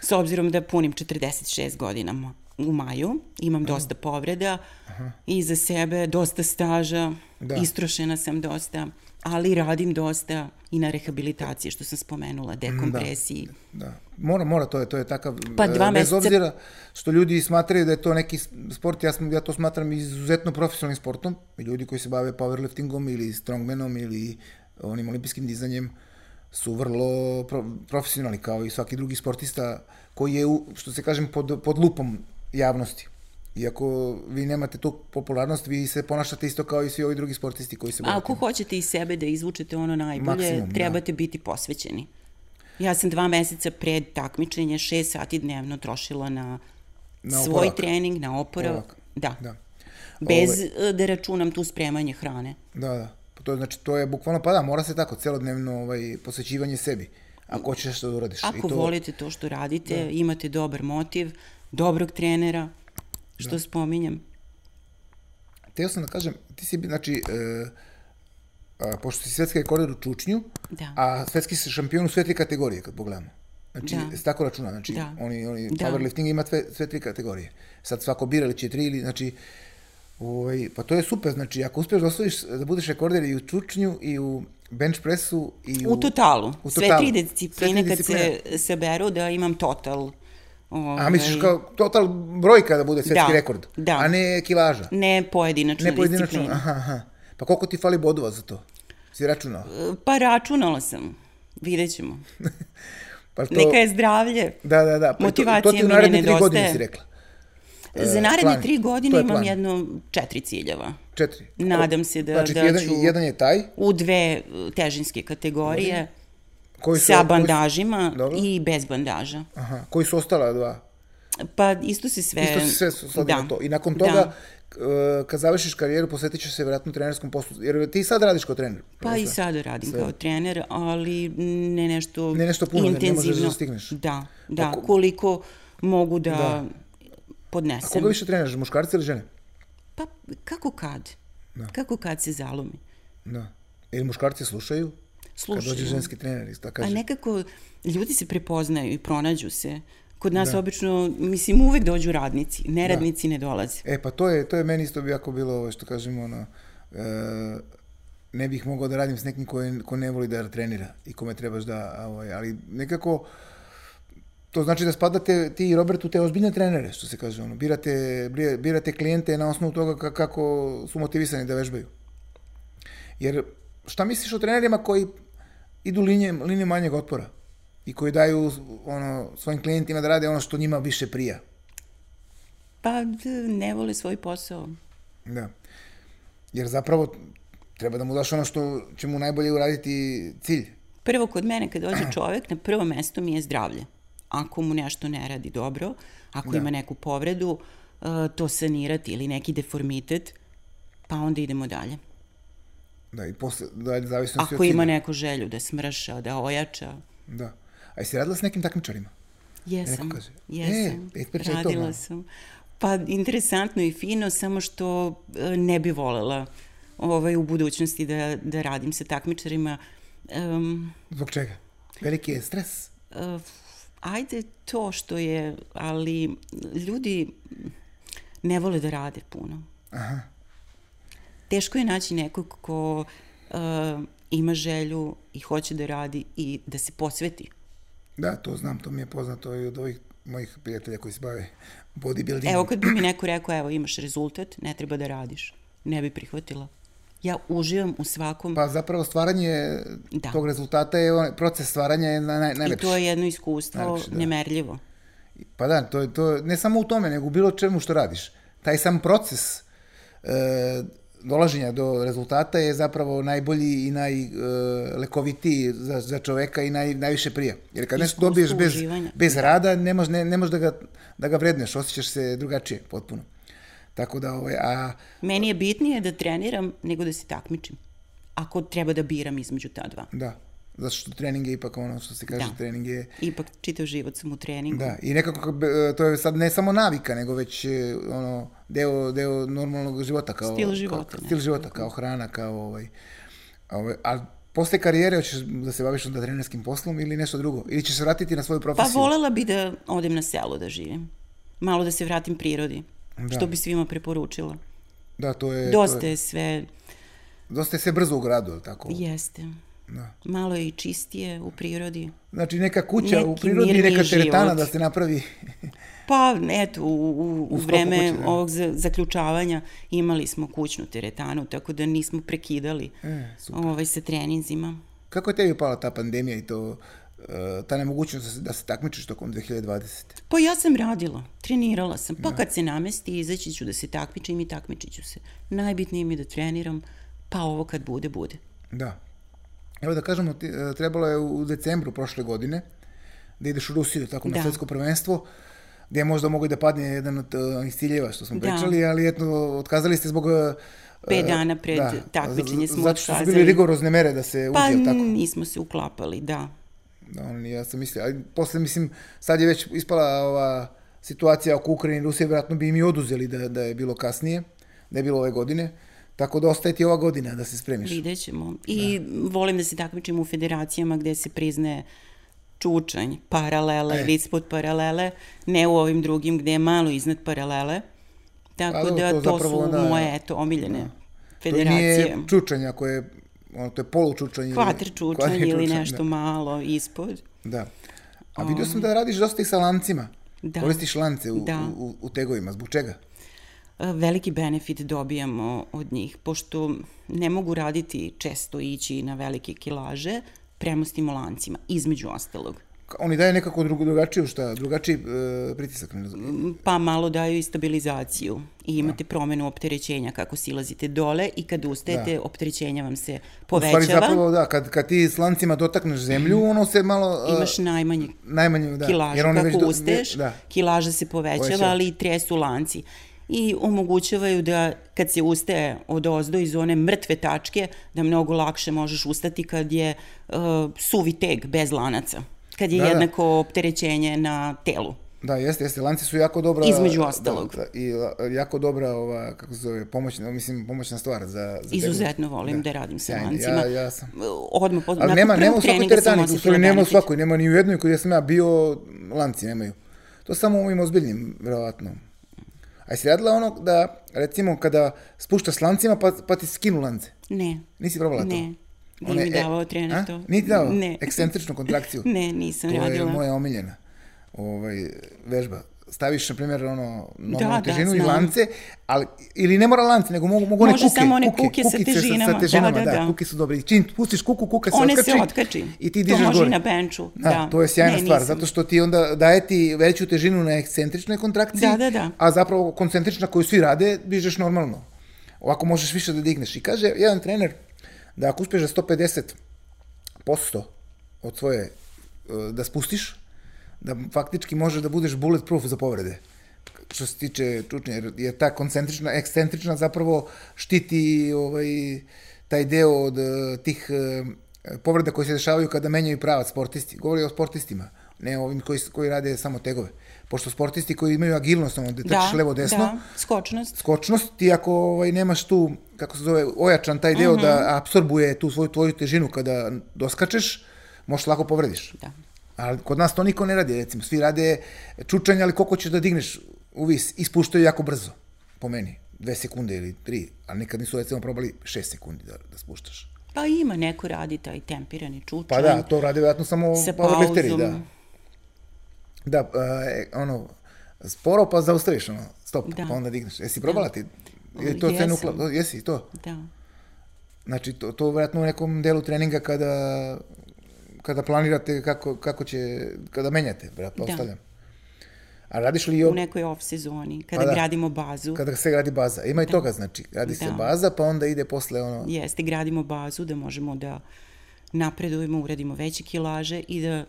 Speaker 2: s obzirom da punim 46 godina ma- u maju, imam dosta povreda iza sebe, dosta staža,
Speaker 1: Da.
Speaker 2: istrošena sam dosta, ali radim dosta i na rehabilitaciji, što sam spomenula, dekompresiji.
Speaker 1: Da. Mora, mora, to je, to je takav,
Speaker 2: Pa
Speaker 1: pa
Speaker 2: dva
Speaker 1: dva bez
Speaker 2: meseca-
Speaker 1: obzira što ljudi smatraju da je to neki sport, ja, sam, ja to smatram izuzetno profesionalnim sportom, i ljudi koji se bave powerliftingom ili strongmanom ili onim olimpijskim dizanjem su vrlo pro, profesionalni kao i svaki drugi sportista koji je, u, što se kažem, pod, pod lupom javnosti. Iako vi nemate tu popularnost, vi se ponašate isto kao i svi ovi drugi sportisti koji se bave.
Speaker 2: Ako hoćete iz sebe da izvučete ono najbolje,
Speaker 1: Maksimum, da.
Speaker 2: trebate biti posvećeni. Ja sam dva meseca pred takmičenje šest sati dnevno trošila na,
Speaker 1: Na
Speaker 2: svoj
Speaker 1: oporavak.
Speaker 2: trening, na oporavak.
Speaker 1: Oporavak.
Speaker 2: Da.
Speaker 1: Da. Ovaj-
Speaker 2: Bez e, da računam tu spremanje hrane.
Speaker 1: Da, da. Pa to je, znači, to je bukvalno, pa da, mora se tako, celodnevno ovaj, posvećivanje sebi. Ako hoćeš nešto da uradiš.
Speaker 2: Ako
Speaker 1: I to, Da.
Speaker 2: volite to što radite, imate dobar motiv, dobrog trenera, što
Speaker 1: Da.
Speaker 2: spominjem.
Speaker 1: Teo sam da kažem, ti si, bi- znači, e, a, pošto si svetski rekorder u Čučnju,
Speaker 2: Da.
Speaker 1: a svetski si šampion u sve tri kategorije, kad pogledamo. Znači,
Speaker 2: Da.
Speaker 1: da. se tako računa, znači,
Speaker 2: Da.
Speaker 1: da. oni, oni
Speaker 2: Da.
Speaker 1: powerlifting ima sve, sve tri kategorije. Sad svako bira ili će tri ili, znači, ovaj, pa to je super, znači, ako uspeš da osvojiš, da budeš rekorder i u Čučnju, i u bench pressu, i u...
Speaker 2: U totalu.
Speaker 1: u
Speaker 2: Sve
Speaker 1: totalu.
Speaker 2: tri
Speaker 1: Sve tri
Speaker 2: discipline kad se
Speaker 1: discipline.
Speaker 2: seberu da imam total. Ovaj,
Speaker 1: A misliš kao total brojka da bude svetski
Speaker 2: Da,
Speaker 1: rekord,
Speaker 2: da.
Speaker 1: a ne kilaža?
Speaker 2: Ne pojedinačna
Speaker 1: Ne pojedinačno,
Speaker 2: disciplina.
Speaker 1: aha, aha. Pa koliko ti fali bodova za to? Si računao?
Speaker 2: Pa računala sam. Vidjet ćemo.
Speaker 1: Pa to,
Speaker 2: Neka je zdravlje.
Speaker 1: Da, da, da. Pa i to,
Speaker 2: motivacija
Speaker 1: to ti u
Speaker 2: mi ne
Speaker 1: naredne tri godine
Speaker 2: nedostaje.
Speaker 1: si rekla.
Speaker 2: Za naredne
Speaker 1: E, plan.
Speaker 2: tri
Speaker 1: To
Speaker 2: godine
Speaker 1: je
Speaker 2: imam
Speaker 1: plan.
Speaker 2: jedno četiri ciljeva.
Speaker 1: Četiri.
Speaker 2: Nadam se da-
Speaker 1: znači,
Speaker 2: da
Speaker 1: jedan,
Speaker 2: ću-
Speaker 1: jedan je taj,
Speaker 2: U dve e, težinske kategorije,
Speaker 1: koji su...
Speaker 2: sa
Speaker 1: koji su-
Speaker 2: bandažima
Speaker 1: Dobro.
Speaker 2: i bez bandaža.
Speaker 1: Aha, koji su ostala dva?
Speaker 2: Pa isto se sve... Da.
Speaker 1: Isto si sve svodi na to. I nakon toga, da. kad završiš karijeru, posvetit ćeš se vjerojatno trenerskom poslu. Jer ti sad radiš kao trener.
Speaker 2: Pa i sada radim kao trener, ali ne nešto
Speaker 1: Ne nešto puno, ne- ne možeš da
Speaker 2: intenzivno.
Speaker 1: stigneš.
Speaker 2: Da, da, koliko mogu da, podnesem.
Speaker 1: Koga više treniraš, muškarce ili žene?
Speaker 2: Pa kako kad? Kako kad se zalomi?
Speaker 1: Da. Ili muškarci slušaju? Kad dođe
Speaker 2: Slušaju.
Speaker 1: ženski trener, da
Speaker 2: A
Speaker 1: kaže.
Speaker 2: nekako ljudi se prepoznaju i pronađu se. Kod nas obično, mislim, uvek dođu radnici, neradnici ne dolaze.
Speaker 1: E, pa to je, to je meni isto bi jako bilo, ovo što kažemo, ono, e, ne bih mogao da radim s nekim ko, je, ko ne voli da trenira i kome trebaš da, a, ovaj, ali nekako, to znači da spadate ti i Robert u te ozbiljne trenere, što se kaže, ono, birate, bri- birate klijente na osnovu toga ka- kako su motivisani da vežbaju. Jer šta misliš o trenerima koji idu linije, linije manjeg otpora i koji daju ono, svojim klijentima da rade ono što njima više prija?
Speaker 2: Pa d- ne vole svoj posao.
Speaker 1: Da. Jer zapravo treba da mu daš ono što će mu najbolje uraditi cilj.
Speaker 2: Prvo kod mene kad dođe čovek, na prvo mesto mi je zdravlje. Ako mu nešto ne radi dobro, ako ima neku povredu, e, to sanirati ili neki deformitet, pa onda idemo dalje.
Speaker 1: Da, i posle, da, je zavisnosti
Speaker 2: Ako
Speaker 1: od
Speaker 2: ima
Speaker 1: cilja.
Speaker 2: neku želju da smrša, da ojača,
Speaker 1: Da. A jesi radila s nekim takmičarima?
Speaker 2: Jesam,
Speaker 1: Neko kaže, "E,
Speaker 2: jesam,
Speaker 1: e, pričaj to
Speaker 2: radila
Speaker 1: malo."
Speaker 2: sam. Pa interesantno i fino, samo što e, ne bi volela ovaj, u budućnosti da, da radim sa takmičarima. Um,
Speaker 1: Zbog čega? Veliki je stres.
Speaker 2: uh, ajde to što je, ali ljudi ne vole da rade puno. Aha. Teško je naći nekog ko uh, ima želju i hoće da radi i da se posveti.
Speaker 1: Da, to znam, to mi je poznato i od ovih mojih prijatelja koji se bave bodybuildingom.
Speaker 2: Evo kad bi mi neko rekao, evo imaš rezultat, ne treba da radiš, ne bi prihvatila. Ja uživam u svakom...
Speaker 1: Pa zapravo stvaranje
Speaker 2: Da.
Speaker 1: tog rezultata je on- proces stvaranja je naj, naj,
Speaker 2: I
Speaker 1: najlepši.
Speaker 2: to je jedno iskustvo
Speaker 1: Najlepše, da.
Speaker 2: nemerljivo.
Speaker 1: Pa da, to je to, ne samo u tome, nego u bilo čemu što radiš. Taj sam proces e, dolaženja do rezultata je zapravo najbolji i najlekovitiji za, za čoveka i naj, najviše prija. Jer kad nešto
Speaker 2: Iskustvo
Speaker 1: dobiješ bez,
Speaker 2: uživanja.
Speaker 1: bez rada, ne možeš ne, ne mož da, ga, da ga vredneš, osjećaš se drugačije potpuno. Tako da, ovaj, a
Speaker 2: Meni je bitnije da treniram nego da se takmičim. Ako treba da biram između ta dva.
Speaker 1: da, zato što trening je ipak ono što se kaže,
Speaker 2: Da.
Speaker 1: trening je
Speaker 2: Ipak čitav život sam u treningu.
Speaker 1: Da, i nekako kako bi- e, to je sad ne samo navika, nego već e, ono deo deo normalnog života kao
Speaker 2: Stil života,
Speaker 1: kao,
Speaker 2: ne.
Speaker 1: stil života kao hrana, kao ovaj ovaj a posle karijere hoćeš da se baviš onda trenerskim poslom ili nešto drugo ili ćeš se vratiti na svoju
Speaker 2: Pa
Speaker 1: profesiju.
Speaker 2: volela bi da odem na selo da živim. Malo da se vratim prirodi.
Speaker 1: Da.
Speaker 2: Što bi svima preporučila.
Speaker 1: Da, to je
Speaker 2: Dosta
Speaker 1: to je,
Speaker 2: je sve,
Speaker 1: dosta je sve brzo u gradu, al tako.
Speaker 2: jeste.
Speaker 1: Da.
Speaker 2: Malo je i čistije u prirodi.
Speaker 1: Znači neka kuća u
Speaker 2: Neki
Speaker 1: prirodi,
Speaker 2: mirniji
Speaker 1: neka teretana
Speaker 2: život.
Speaker 1: da se napravi. (laughs)
Speaker 2: Pa, eto, u, u, u vreme
Speaker 1: kuće, da.
Speaker 2: ovog za, zaključavanja imali smo kućnu teretanu, tako da nismo prekidali
Speaker 1: E,
Speaker 2: ovaj, sa treninzima.
Speaker 1: Kako je tebi pala ta pandemija i to e, ta nemogućnost da se, da se takmičiš tokom 2020.
Speaker 2: Pa ja sam radila, trenirala sam,
Speaker 1: Da.
Speaker 2: pa kad se namesti izaći ću da se takmičim i takmičit ću se. Najbitnije mi je da treniram, pa ovo kad bude, bude.
Speaker 1: Da. Evo da kažemo, ti- e, trebalo je u decembru prošle godine da ideš u Rusiju tako na
Speaker 2: Da.
Speaker 1: svetsko prvenstvo, gdje je možda mogao i da padne jedan od e, onih ciljeva što smo
Speaker 2: Da.
Speaker 1: pričali, ali eto, otkazali ste zbog... e,
Speaker 2: Pet
Speaker 1: e,
Speaker 2: dana pred takmičenje
Speaker 1: z-
Speaker 2: smo
Speaker 1: Zato što su bili
Speaker 2: otkazali.
Speaker 1: rigorozne mere da se
Speaker 2: Pa
Speaker 1: uđe, jel tako?
Speaker 2: nismo se uklapali, da.
Speaker 1: Da, on, ja sam mislio, ali posle, mislim, sad je već ispala ova situacija oko Ukrajine i Rusije, vjerojatno bi im i oduzeli da, da je bilo kasnije, da je bilo ove godine, tako da ostaje ti ova godina da se spremiš.
Speaker 2: Vidjet ćemo. I volim da se takmičim u federacijama gde se priznaje čučanj, paralele
Speaker 1: E.
Speaker 2: ili ispod paralele, ne u ovim drugim gde je malo iznad paralele.
Speaker 1: Pa
Speaker 2: Tako
Speaker 1: dobro,
Speaker 2: da
Speaker 1: to
Speaker 2: to,
Speaker 1: zapravo
Speaker 2: su
Speaker 1: onda-
Speaker 2: moje eto, omiljene
Speaker 1: To i
Speaker 2: federacije.
Speaker 1: nije čučanje, ako je, ono, to je polučučanje.
Speaker 2: Kvater čučanj da.
Speaker 1: Kvater
Speaker 2: ili
Speaker 1: čučanj,
Speaker 2: nešto malo ispod.
Speaker 1: Da. da. A vidio sam da radiš dosta i sa lancima.
Speaker 2: Da.
Speaker 1: Koristiš lance u,
Speaker 2: Da.
Speaker 1: u, u tegovima. Zbog čega?
Speaker 2: E, veliki benefit dobijamo od njih, pošto ne mogu raditi često ići na velike kilaže prema stimulancima, između ostalog.
Speaker 1: Ka- Oni daju nekako drugo, drugačiju, šta, drugačiji e, pritisak. Ne znam.
Speaker 2: Pa malo daju i stabilizaciju
Speaker 1: Da.
Speaker 2: i imate promenu opterećenja kako silazite dole i kad ustajete da. opterećenja vam se
Speaker 1: U stvari
Speaker 2: povećava,
Speaker 1: zapravo, da, kad, kad ti s lancima dotakneš zemlju, ono se malo... e,
Speaker 2: Mhm. imaš najmanje
Speaker 1: najmanje, da.
Speaker 2: kilaža
Speaker 1: oni
Speaker 2: kako
Speaker 1: do-
Speaker 2: ustaješ,
Speaker 1: Da,
Speaker 2: kilaža se povećava,
Speaker 1: Povećava.
Speaker 2: ali i tresu lanci. I omogućavaju da kad se ustaje od ozdo iz one mrtve tačke, da mnogo lakše možeš ustati kad je uh, suvi teg bez lanaca, kad je
Speaker 1: Da, da.
Speaker 2: da, jednako opterećenje na telu.
Speaker 1: da, jeste, jeste. Lanci su jako dobra...
Speaker 2: Između
Speaker 1: da,
Speaker 2: ostalog.
Speaker 1: Da, I la- jako dobra, ova, kako se zove, pomoćna, mislim, pomoćna stvar za... za tegove.
Speaker 2: Izuzetno volim da, radim sa
Speaker 1: Sjajno,
Speaker 2: lancima.
Speaker 1: ja- ja sam-
Speaker 2: Odmah, po,
Speaker 1: Ali
Speaker 2: nakon
Speaker 1: nema, nema u
Speaker 2: prvog
Speaker 1: svakoj
Speaker 2: treninga sam
Speaker 1: teretani, u stvari
Speaker 2: osetila
Speaker 1: nema u
Speaker 2: benefit.
Speaker 1: svakoj, nema ni u jednoj koju sam ja bio, lanci nemaju. To samo u ovim ozbiljnim, verovatno. A jesi radila ono da, recimo, kada spuštaš s lancima, pa, pa ti skinu lance?
Speaker 2: Ne,
Speaker 1: Nisi probala to?
Speaker 2: ne. Nije
Speaker 1: One-
Speaker 2: mi
Speaker 1: e,
Speaker 2: davao trener
Speaker 1: a?
Speaker 2: to.
Speaker 1: Nije ti davao?
Speaker 2: Ne.
Speaker 1: Ekscentričnu kontrakciju?
Speaker 2: (laughs) Ne, nisam
Speaker 1: to je
Speaker 2: radila.
Speaker 1: moja omiljena ovaj, vežba. Staviš, na primjer, ono, normalnu
Speaker 2: da,
Speaker 1: težinu i
Speaker 2: znam.
Speaker 1: lance, ali, ili ne mora lance, nego mogu, mogu one
Speaker 2: Može
Speaker 1: kuke.
Speaker 2: samo one
Speaker 1: kuke
Speaker 2: kuke sa
Speaker 1: kukice
Speaker 2: težinama.
Speaker 1: Sa
Speaker 2: Da,
Speaker 1: težinama da,
Speaker 2: da, da.
Speaker 1: kuke su dobre. I čim pustiš kuku, kuka se
Speaker 2: One
Speaker 1: otkači.
Speaker 2: se otkači.
Speaker 1: I ti
Speaker 2: To
Speaker 1: dižeš gore.
Speaker 2: može i na benču,
Speaker 1: Da,
Speaker 2: da.
Speaker 1: to je sjajna
Speaker 2: Ne,
Speaker 1: stvar,
Speaker 2: nisam.
Speaker 1: zato što ti onda daje ti veću težinu na ekscentričnoj kontrakciji,
Speaker 2: Da, da, da.
Speaker 1: a zapravo koncentrična koju svi rade, dižeš normalno. Ovako možeš više da digneš. I kaže jedan trener da ako uspeš da 150 posto od svoje e, da spustiš, da faktički može da budeš bulletproof za povrede što se tiče čučnja, jer je ta koncentrična, ekscentrična zapravo štiti ovaj, taj deo od e, tih e, povreda koje se dešavaju kada menjaju pravac sportisti. Govori o sportistima, ne o ovim koji, koji rade samo tegove. Pošto sportisti koji imaju agilnost, ono, da trčiš levo, desno,
Speaker 2: da, skočnost.
Speaker 1: skočnost, ti ako ovaj, nemaš tu, kako se zove, ojačan taj deo da apsorbuje tu svoju tvoju težinu kada doskačeš, možeš lako povrediš.
Speaker 2: Da.
Speaker 1: Ali kod nas to niko ne radi, recimo. Svi rade čučanje, ali koliko ćeš da digneš u vis? Ispuštaju jako brzo, po meni. Dve sekunde ili tri, ali nikad nisu recimo probali šest sekundi da, da spuštaš.
Speaker 2: Pa ima, neko radi taj tempirani čučanj.
Speaker 1: Pa da, to rade vjerojatno samo
Speaker 2: Sa
Speaker 1: powerlifteri,
Speaker 2: pauzom.
Speaker 1: da. Da, uh, ono, sporo pa zaustaviš, ono, stop,
Speaker 2: Da.
Speaker 1: pa onda digneš. Jesi probala ti? Je to
Speaker 2: Jesam.
Speaker 1: cenu ukla- Jesi, to.
Speaker 2: Da.
Speaker 1: Znači, to, to vjerojatno u nekom delu treninga kada, kada planirate kako, kako će, kada menjate, bra, pa
Speaker 2: Da.
Speaker 1: ostavljam. A radiš li i
Speaker 2: U
Speaker 1: ob-
Speaker 2: nekoj off sezoni, kada
Speaker 1: Pa da.
Speaker 2: gradimo bazu.
Speaker 1: kada se gradi baza? Ima i toga, znači, radi se
Speaker 2: Da.
Speaker 1: baza, pa onda ide posle ono...
Speaker 2: Jeste, gradimo bazu da možemo da napredujemo, uradimo veće kilaže i da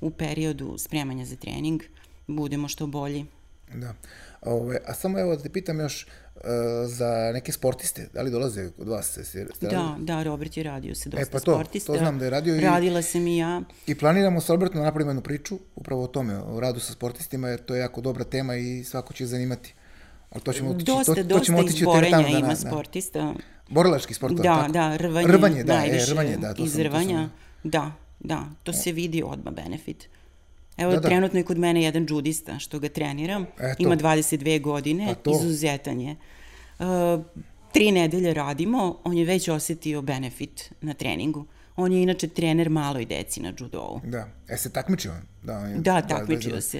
Speaker 2: u periodu spremanja za trening budemo što bolji.
Speaker 1: Da. A, Ove, a samo evo da te pitam još e, za neke sportiste, da li dolaze kod vas? Jesi, jeste
Speaker 2: Da, da, Robert je radio sa dosta
Speaker 1: E, pa to,
Speaker 2: sportista.
Speaker 1: to znam da je radio i-
Speaker 2: Radila sam i ja.
Speaker 1: I planiramo sa Albertom da napravimo jednu priču upravo o tome, o radu sa sportistima, jer to je jako dobra tema i svako će je zanimati. Ali to ćemo otići,
Speaker 2: Dosta,
Speaker 1: to, to
Speaker 2: dosta
Speaker 1: ćemo otići u teretanu
Speaker 2: izborenja ima
Speaker 1: danas, da.
Speaker 2: sportista.
Speaker 1: Borilački sport,
Speaker 2: Da,
Speaker 1: tako?
Speaker 2: da, rvanje,
Speaker 1: rvanje, da,
Speaker 2: najviše
Speaker 1: e, rvanje, da, to
Speaker 2: iz
Speaker 1: sam,
Speaker 2: rvanja.
Speaker 1: To sam,
Speaker 2: Da, da, to se vidi odmah benefit. Evo,
Speaker 1: Da, da.
Speaker 2: trenutno je kod mene jedan džudista što ga treniram,
Speaker 1: Eto.
Speaker 2: ima 22 godine,
Speaker 1: Pa to.
Speaker 2: izuzetan je. Uh, tri nedelje radimo, on je već osetio benefit na treningu. On je inače trener maloj deci na judovu.
Speaker 1: da. E, se takmičio on? Da, on je-
Speaker 2: Da, takmičio se.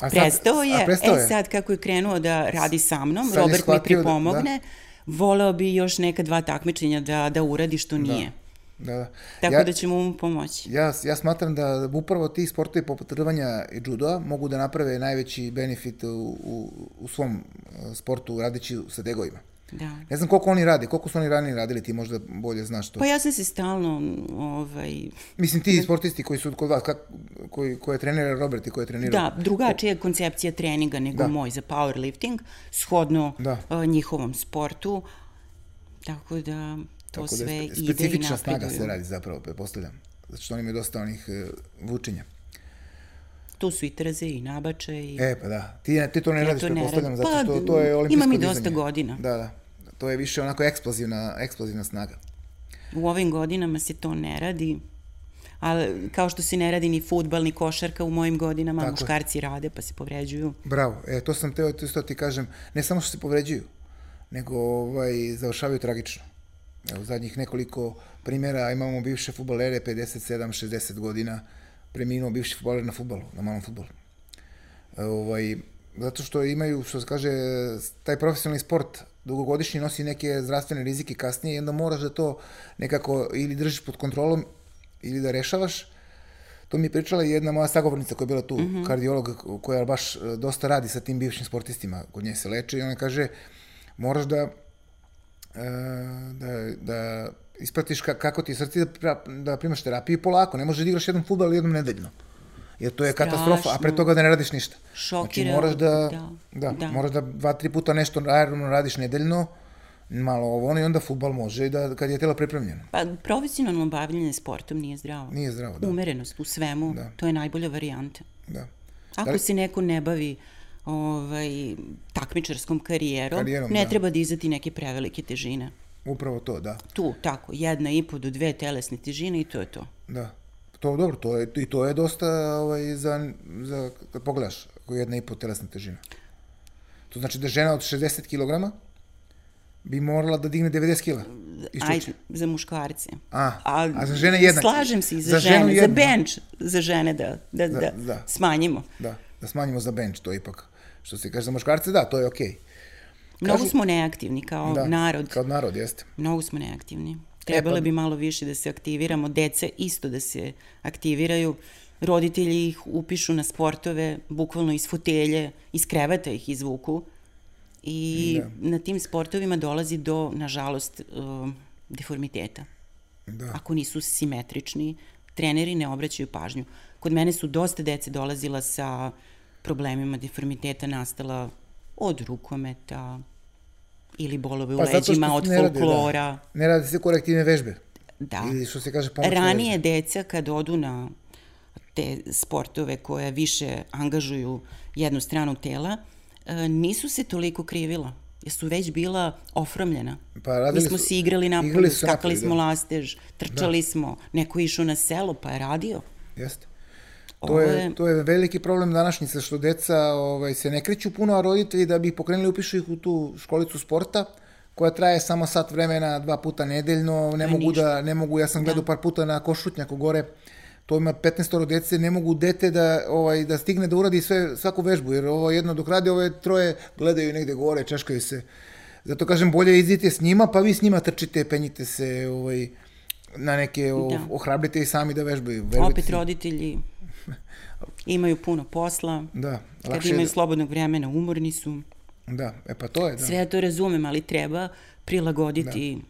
Speaker 1: A sad-
Speaker 2: Prestao
Speaker 1: a
Speaker 2: je,
Speaker 1: prestao
Speaker 2: e sad kako je krenuo da radi sa mnom,
Speaker 1: Sad je
Speaker 2: Robert mi
Speaker 1: shvatio da-
Speaker 2: pripomogne, voleo bi još neka dva takmičenja da, da uradi što nije.
Speaker 1: Da, da.
Speaker 2: Tako
Speaker 1: ja,
Speaker 2: da ćemo mu pomoći.
Speaker 1: ja, ja smatram da upravo ti sportovi poput rvanja i judoa mogu da naprave najveći benefit u, u, u svom e, sportu radeći sa degovima.
Speaker 2: Da.
Speaker 1: Ne znam koliko oni rade, koliko su oni ranije radili, ti možda bolje znaš to.
Speaker 2: Pa ja sam se stalno, ovaj,
Speaker 1: Mislim, ti sportisti koji su kod vas, kak, koji, koje trenira Robert i koje trenira...
Speaker 2: da, drugačija je koncepcija treninga nego
Speaker 1: Da.
Speaker 2: moj za powerlifting, shodno
Speaker 1: Da.
Speaker 2: a, njihovom sportu, tako da to
Speaker 1: Tako da je
Speaker 2: sve
Speaker 1: spe-
Speaker 2: ide i
Speaker 1: Specifična snaga se
Speaker 2: napreduju.
Speaker 1: radi zapravo, pretpostavljam. Zato što oni imaju dosta onih e, vučenja.
Speaker 2: Tu su i trze i nabače i...
Speaker 1: E, pa da. Ti, ti to ne
Speaker 2: Ja
Speaker 1: radiš,
Speaker 2: to ne
Speaker 1: pretpostavljam,
Speaker 2: radim.
Speaker 1: zato
Speaker 2: Pa,
Speaker 1: što to je
Speaker 2: imam i
Speaker 1: olimpijsko
Speaker 2: dosta
Speaker 1: dizanje.
Speaker 2: godina.
Speaker 1: Da, da. To je više onako eksplozivna, eksplozivna snaga.
Speaker 2: U ovim godinama se to ne radi, ali kao što se ne radi ni futbal, ni košarka u mojim godinama,
Speaker 1: Tako je.
Speaker 2: muškarci rade pa se povređuju.
Speaker 1: Bravo. E, to sam teo isto ti kažem. Ne samo što se povređuju, nego ovaj, završavaju tragično. Evo, zadnjih nekoliko primjera imamo bivše futbalere 57-60 godina preminuo bivši futbaler na futbalu, na malom futbalu. E, ovaj, zato što imaju, što se kaže, taj profesionalni sport dugogodišnji nosi neke zdravstvene rizike kasnije i onda moraš da to nekako ili držiš pod kontrolom ili da rešavaš. To mi je pričala i jedna moja sagovornica koja je bila tu, kardiolog koja baš e, dosta radi sa tim bivšim sportistima, kod nje se leče i ona kaže moraš da e, da, da ispratiš ka, kako ti je srce da, pra- da primaš terapiju polako, ne možeš da igraš jednom futbal jednom nedeljno. Jer to je katastrofa, a pre
Speaker 2: Strašno.
Speaker 1: toga da ne radiš ništa.
Speaker 2: Šokirano,
Speaker 1: moraš da,
Speaker 2: da,
Speaker 1: da,
Speaker 2: da.
Speaker 1: moraš da dva, tri puta nešto aerobno radiš nedeljno, malo ovo, ono i onda futbal može i da, kad je telo pripremljeno.
Speaker 2: Pa profesionalno bavljanje sportom nije zdravo.
Speaker 1: Nije zdravo, da.
Speaker 2: Umerenost u svemu, to je najbolja varijanta.
Speaker 1: da.
Speaker 2: Ako se neko ne bavi ovaj, takmičarskom karijerom,
Speaker 1: Karijerom,
Speaker 2: ne
Speaker 1: da.
Speaker 2: treba dizati neke prevelike težine.
Speaker 1: Upravo to, da.
Speaker 2: Tu, tako, jedna i po do dve telesne težine i to je to.
Speaker 1: Da. To dobro, to je, i to je dosta ovaj, za, za, kad pogledaš, ako je jedna i po telesna težina. To znači da žena od 60 kg bi morala da digne 90 kg. I
Speaker 2: Ajde, za muškarce.
Speaker 1: A, a za žene jednak.
Speaker 2: Slažem se i za,
Speaker 1: Za ženu
Speaker 2: žene, za
Speaker 1: jedna.
Speaker 2: bench, za žene da, da, da,
Speaker 1: da.
Speaker 2: smanjimo.
Speaker 1: Da, da smanjimo za bench, to je ipak, što se kaže za muškarce, da, to je okej.
Speaker 2: Mnogo smo neaktivni kao
Speaker 1: Da,
Speaker 2: narod.
Speaker 1: Kao narod, jeste.
Speaker 2: Mnogo smo
Speaker 1: E,
Speaker 2: neaktivni.
Speaker 1: pa-
Speaker 2: Trebalo bi malo više da se aktiviramo, deca isto da se aktiviraju, roditelji ih upišu na sportove, bukvalno iz fotelje, iz kreveta ih izvuku. I
Speaker 1: Da.
Speaker 2: na tim sportovima dolazi do, nažalost, um, deformiteta.
Speaker 1: Da.
Speaker 2: Ako nisu simetrični, treneri ne obraćaju pažnju. Kod mene su dosta dece dolazila sa problemima deformiteta nastala od rukometa ili bolove u
Speaker 1: Pa zato što
Speaker 2: leđima,
Speaker 1: se
Speaker 2: od
Speaker 1: ne radi, da.
Speaker 2: folklora.
Speaker 1: Ne radi se korektivne vežbe.
Speaker 2: Da.
Speaker 1: Ili što se kaže pomoćne
Speaker 2: Ranije deca kad odu na te sportove koje više angažuju jednu stranu tela, e, nisu se toliko krivila, jer su već bila ofromljena.
Speaker 1: Pa radili
Speaker 2: Mi smo
Speaker 1: su-
Speaker 2: se igrali napolju,
Speaker 1: igrali su napolju,
Speaker 2: skakali
Speaker 1: da.
Speaker 2: smo lastež, trčali smo, neko je išao na selo pa je radio.
Speaker 1: vežbe. Jeste.
Speaker 2: Ovo
Speaker 1: To je,
Speaker 2: je-
Speaker 1: to je veliki problem današnjice što deca ovaj, se ne kreću puno, a roditelji da bi ih pokrenuli upišu ih u tu školicu sporta koja traje samo sat vremena, dva puta nedeljno, ne mogu
Speaker 2: E, ništa.
Speaker 1: da, ne mogu, ja sam gledao par puta na Košutnjaku gore, to ima 15 dece, ne mogu dete da, ovaj, da stigne da uradi sve, svaku vežbu, jer ovo jedno dok radi, ove troje gledaju negde gore, češkaju se. Zato kažem, bolje izdite s njima, pa vi s njima trčite, penjite se, ovaj, na neke, o,
Speaker 2: Da.
Speaker 1: ohrabrite i sami da vežbaju. verujte
Speaker 2: Opet
Speaker 1: si. (laughs)
Speaker 2: roditelji imaju puno posla,
Speaker 1: Da,
Speaker 2: kad
Speaker 1: lakše je
Speaker 2: imaju
Speaker 1: da-
Speaker 2: slobodnog vremena, umorni su.
Speaker 1: Da, e pa to je, da.
Speaker 2: Sve ja to razumem, ali treba prilagoditi
Speaker 1: Da.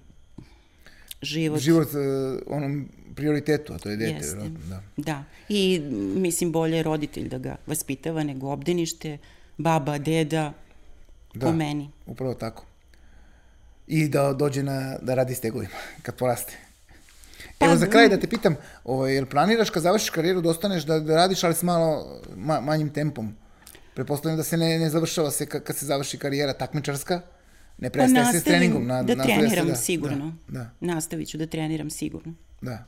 Speaker 2: život.
Speaker 1: Život e, onom prioritetu, a to je dete,
Speaker 2: Jeste.
Speaker 1: vjerojatno, da.
Speaker 2: Da. I m, mislim bolje je roditelj da ga vaspitava nego obdanište, baba, deda, Pa
Speaker 1: Da.
Speaker 2: po meni.
Speaker 1: Upravo tako. I da dođe na, da radi s tegovima, (laughs) kad poraste.
Speaker 2: Pa,
Speaker 1: Evo, za kraj da te pitam, ovaj, jel planiraš kad završiš karijeru da ostaneš da, da radiš, ali s malo ma, manjim tempom? Pretpostavljam da se ne, ne završava se ka, kad se završi karijera takmičarska, ne
Speaker 2: Pa
Speaker 1: prestaje se s treningom.
Speaker 2: nastavim da
Speaker 1: nastavlja se,
Speaker 2: treniram
Speaker 1: da,
Speaker 2: sigurno.
Speaker 1: Da, da,
Speaker 2: Nastavit ću da treniram sigurno.
Speaker 1: da.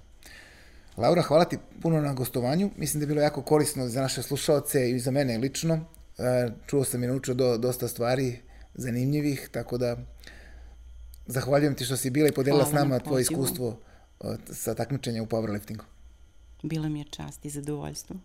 Speaker 1: Laura, hvala ti puno na gostovanju. Mislim da je bilo jako korisno za naše slušalce i za mene lično. E, Čuo sam i naučio do, dosta stvari zanimljivih, tako da zahvaljujem ti što si bila i podelila s
Speaker 2: Hvala na
Speaker 1: nama tvoje
Speaker 2: pozivu.
Speaker 1: iskustvo e, sa takmičenja u powerliftingu.
Speaker 2: Bila mi je čast i zadovoljstvo.